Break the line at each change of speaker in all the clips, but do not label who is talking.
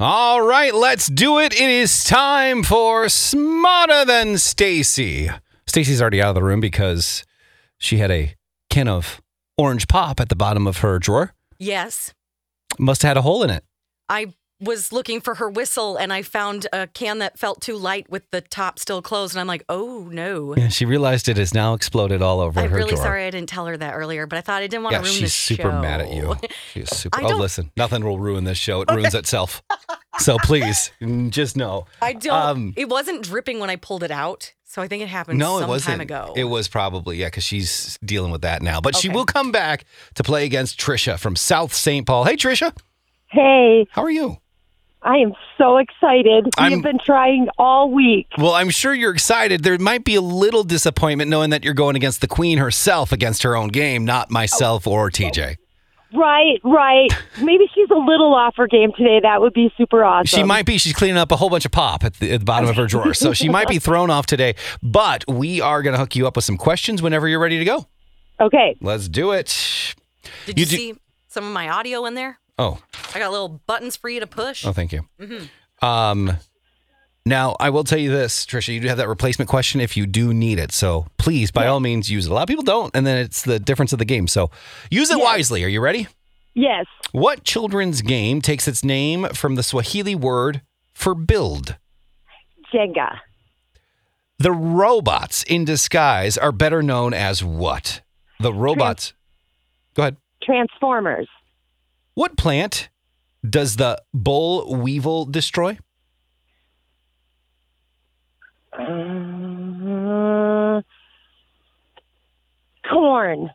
All right, let's do it. It is time for Smarter Than Stacy. Stacy's already out of the room because she had a can of orange pop at the bottom of her drawer.
Yes.
Must have had a hole in it.
I was looking for her whistle and I found a can that felt too light with the top still closed. And I'm like, oh no.
And she realized it has now exploded all over
I'm
her
really
drawer.
sorry I didn't tell her that earlier, but I thought I didn't want
yeah,
to ruin
she's
this
super mad at you.
show.
She's super.
I
Oh,
don't-
listen, nothing will ruin this show. It ruins itself. So please, mm, just know.
I don't.
Um,
it wasn't dripping when I pulled it out, so I think it happened
No,
some
it wasn't.
time ago.
It was probably yeah, because she's dealing with that now. But she
Okay.
will come back to play against Trisha from South St. Paul. Hey, Trisha,
Hey,
how are you?
I am so excited.
I'm-
We've been trying all week.
Well, I'm sure you're excited. There might be a little disappointment knowing that you're going against the queen herself against her own game, not myself
Oh,
or TJ.
Right, right. Maybe she's a little off her game today. That would be super awesome.
She might be. She's cleaning up a whole bunch of pop at the, at the bottom of her drawer. So she might be thrown off today. But we are going to hook you up with some questions whenever you're ready to go.
Okay.
Let's do it.
Did you,
you do-
see some of my audio in there?
Oh,
I got little buttons for you to push.
oh, thank you. Um, now I will tell you this, Trisha. You do have that replacement question if you do need it. So please, by all means, use it. A lot of people don't, and then it's the difference of the game. So use it wisely. Are you ready?
Yes.
What children's game takes its name from the Swahili word for build?
Jenga.
The robots in disguise are better known as what? The robots. Go ahead.
Transformers.
What plant does the boll weevil destroy?
Uh, corn.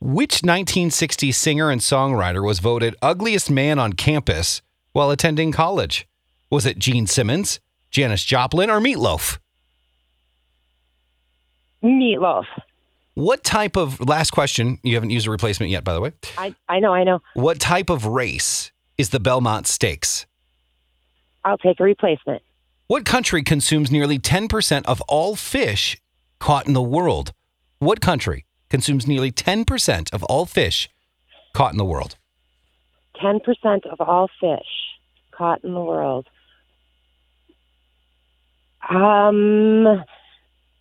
Which 1960 singer and songwriter was voted ugliest man on campus while attending college? Was it Gene Simmons, Janis Joplin, or Meatloaf?
Meatloaf.
What type of last question? You haven't used a replacement yet, by the way.
I, I know, I know.
What type of race is the Belmont Stakes?
I'll take a replacement.
What country consumes nearly 10% of all fish caught in the world? What country consumes nearly 10% of all fish caught in the world?
10% of all fish caught in the world. Um,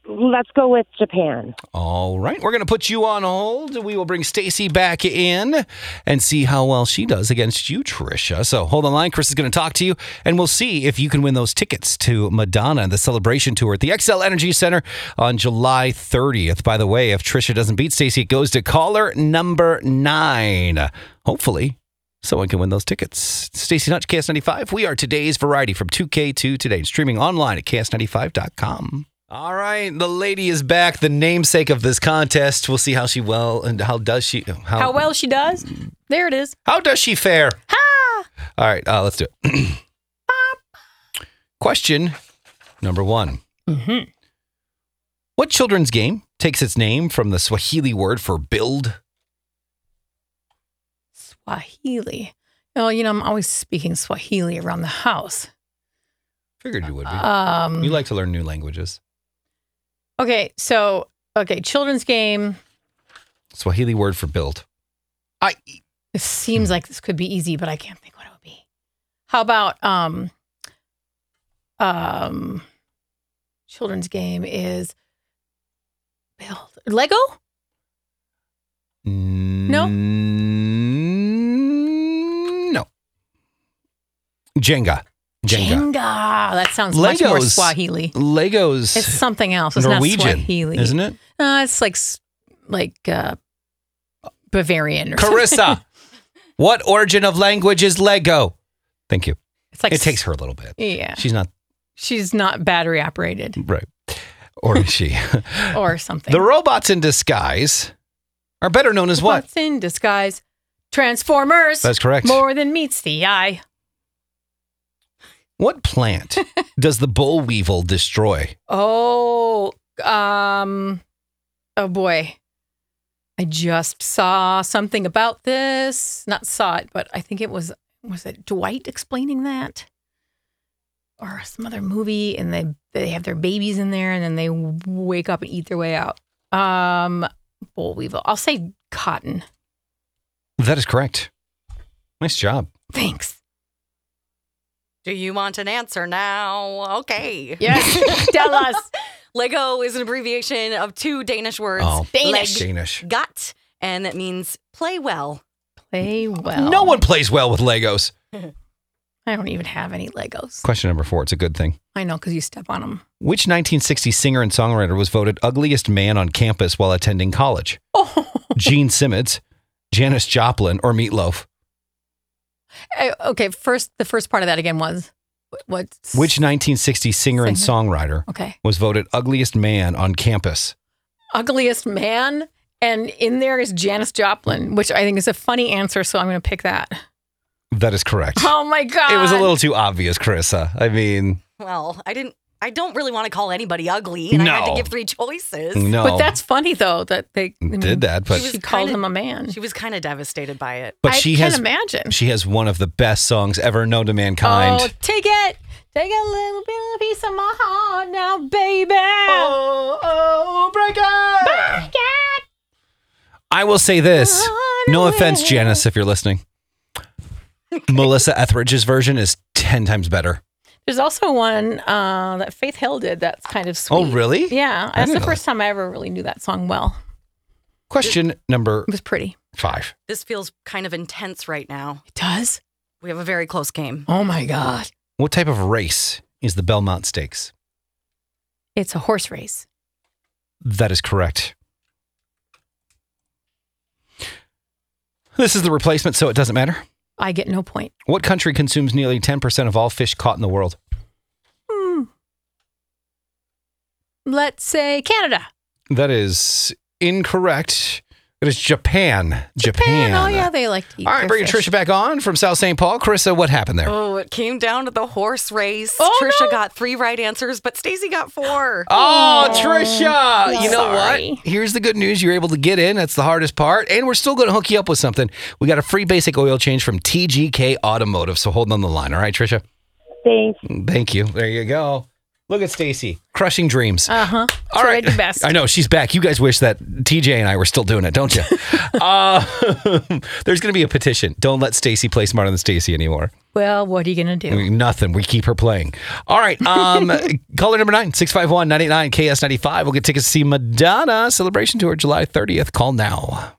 let's go with Japan.
All right, we're going to put you on hold. We will bring Stacy back in and see how well she does against you, Trisha. So hold on the line. Chris is going to talk to you, and we'll see if you can win those tickets to Madonna and the celebration tour at the XL Energy Center on July 30th. By the way, if Trisha doesn't beat Stacy, it goes to caller number nine. Hopefully, someone can win those tickets. Stacy Hutch, KS95. We are today's variety from 2K to today, streaming online at KS95.com. All right, the lady is back, the namesake of this contest. We'll see how she well and how does she how,
How well she does? There it is.
how does she fare? Ha! All right, uh, let's do it. Question number one.
Mm-hmm.
What children's game takes its name from the Swahili word for build?
Swahili. Oh, you know, I'm always speaking Swahili around the house.
Figured you would be.
Um,
you like to learn new languages.
okay, so, okay, children's game.
Swahili word for build. I
This
Hmm.
seems like this could be easy, but I can't think what it would be. How about um, um, children's game is build Lego?
No. Mm, No. Jenga. Jenga.
Jenga. That sounds much more
Legos.
Swahili.
Legos.
It's something else. It's not
Norwegian,
Swahili,
isn't it?
Uh, it's like s- like uh, Bavarian or something.
Carissa, what origin of language is Lego? Thank you.
It's like
it takes
s-
her a little bit.
Yeah,
She's not
she's not battery operated
right, or is she?
or something.
the robots in disguise are better known as what?
What's in disguise? Transformers.
That's correct.
More than meets the eye.
What plant does the boll weevil destroy?
Oh, um, oh boy. I just saw something about this. Not saw it, but I think it was, was it Dwight explaining that? Or some other movie, and they they have their babies in there, and then they wake up and eat their way out. Um, boll weevil. I'll say cotton.
That is correct. Nice job.
Thanks.
Do you want an answer now? Okay.
Yes, tell us.
Lego is an abbreviation of two Danish words.
Oh.
Danish.
Leg,
Danish.
gut, and that means play well.
Play well.
No one plays well with Legos.
I don't even have any Legos.
Question number four. It's a good thing.
I know because you step on them.
Which 1960 singer and songwriter was voted ugliest man on campus while attending college?
Oh,
Gene Simmons, Janis Joplin, or Meatloaf?
I- okay. First, the first part of that again was what?
Which 1960 singer and
Singer.
songwriter
Okay,
was voted ugliest man on campus?
ugliest man, and in there is Janis Joplin, which I think is a funny answer. So I'm going to pick that.
That is correct.
Oh my god!
It was a little too obvious, Carissa. I mean,
Well, I didn't. I don't really want to call anybody ugly, and I had
No.
to give three choices.
no.
But that's funny though that they I mean,
did that, but
She,
She was
called
kinda-
him a man.
She was kind of devastated by it.
but
I
she
can
has
imagine.
she has one of the best songs ever known to mankind.
Oh, take it. Take a little bit of piece of my heart now, baby.
Oh, oh, break it! I will say this. No offense, Janice, if you're listening. Melissa Etheridge's version is 10 times better.
There's also one uh, that Faith Hill did that's kind of sweet.
Oh, really?
Yeah.
I
That's
didn't
the
know
first time I ever really knew that song well.
Question number
It was pretty.
five.
This feels kind of intense right now.
It does?
We have a very close game.
Oh, my God.
What type of race is the Belmont Stakes?
It's a horse race.
That is correct. This is the replacement, so it doesn't matter.
I get no point.
What country consumes nearly 10% of all fish caught in the world?
Hmm. Let's say Canada.
That is incorrect. It is Japan. Japan.
Oh, yeah. They like to eat.
All right,
their
bringing
fish.
Trisha back on from South St. Paul. Carissa, what happened there?
Oh, it came down to the horse race.
Oh,
Trisha
no.
got three right answers, but Stacy got four.
Oh,
Oh,
Trisha! You know
sorry.
what? Here's the good news: you're able to get in. That's the hardest part, and we're still going to hook you up with something. We got a free basic oil change from TGK Automotive. So hold on the line, all right, Trisha?
Thanks.
Thank you. There you go. Look at Stacy crushing dreams.
Uh huh.
all right,
I do best.
I know she's back. You guys wish that TJ and I were still doing it, don't you? uh, there's going to be a petition. Don't let Stacy play smarter than Stacy anymore.
Well, what are you going to do?
Nothing. We keep her playing. All right. Um, caller number nine, 651 989 KS95. We'll get tickets to see Madonna Celebration Tour July 30th. Call now.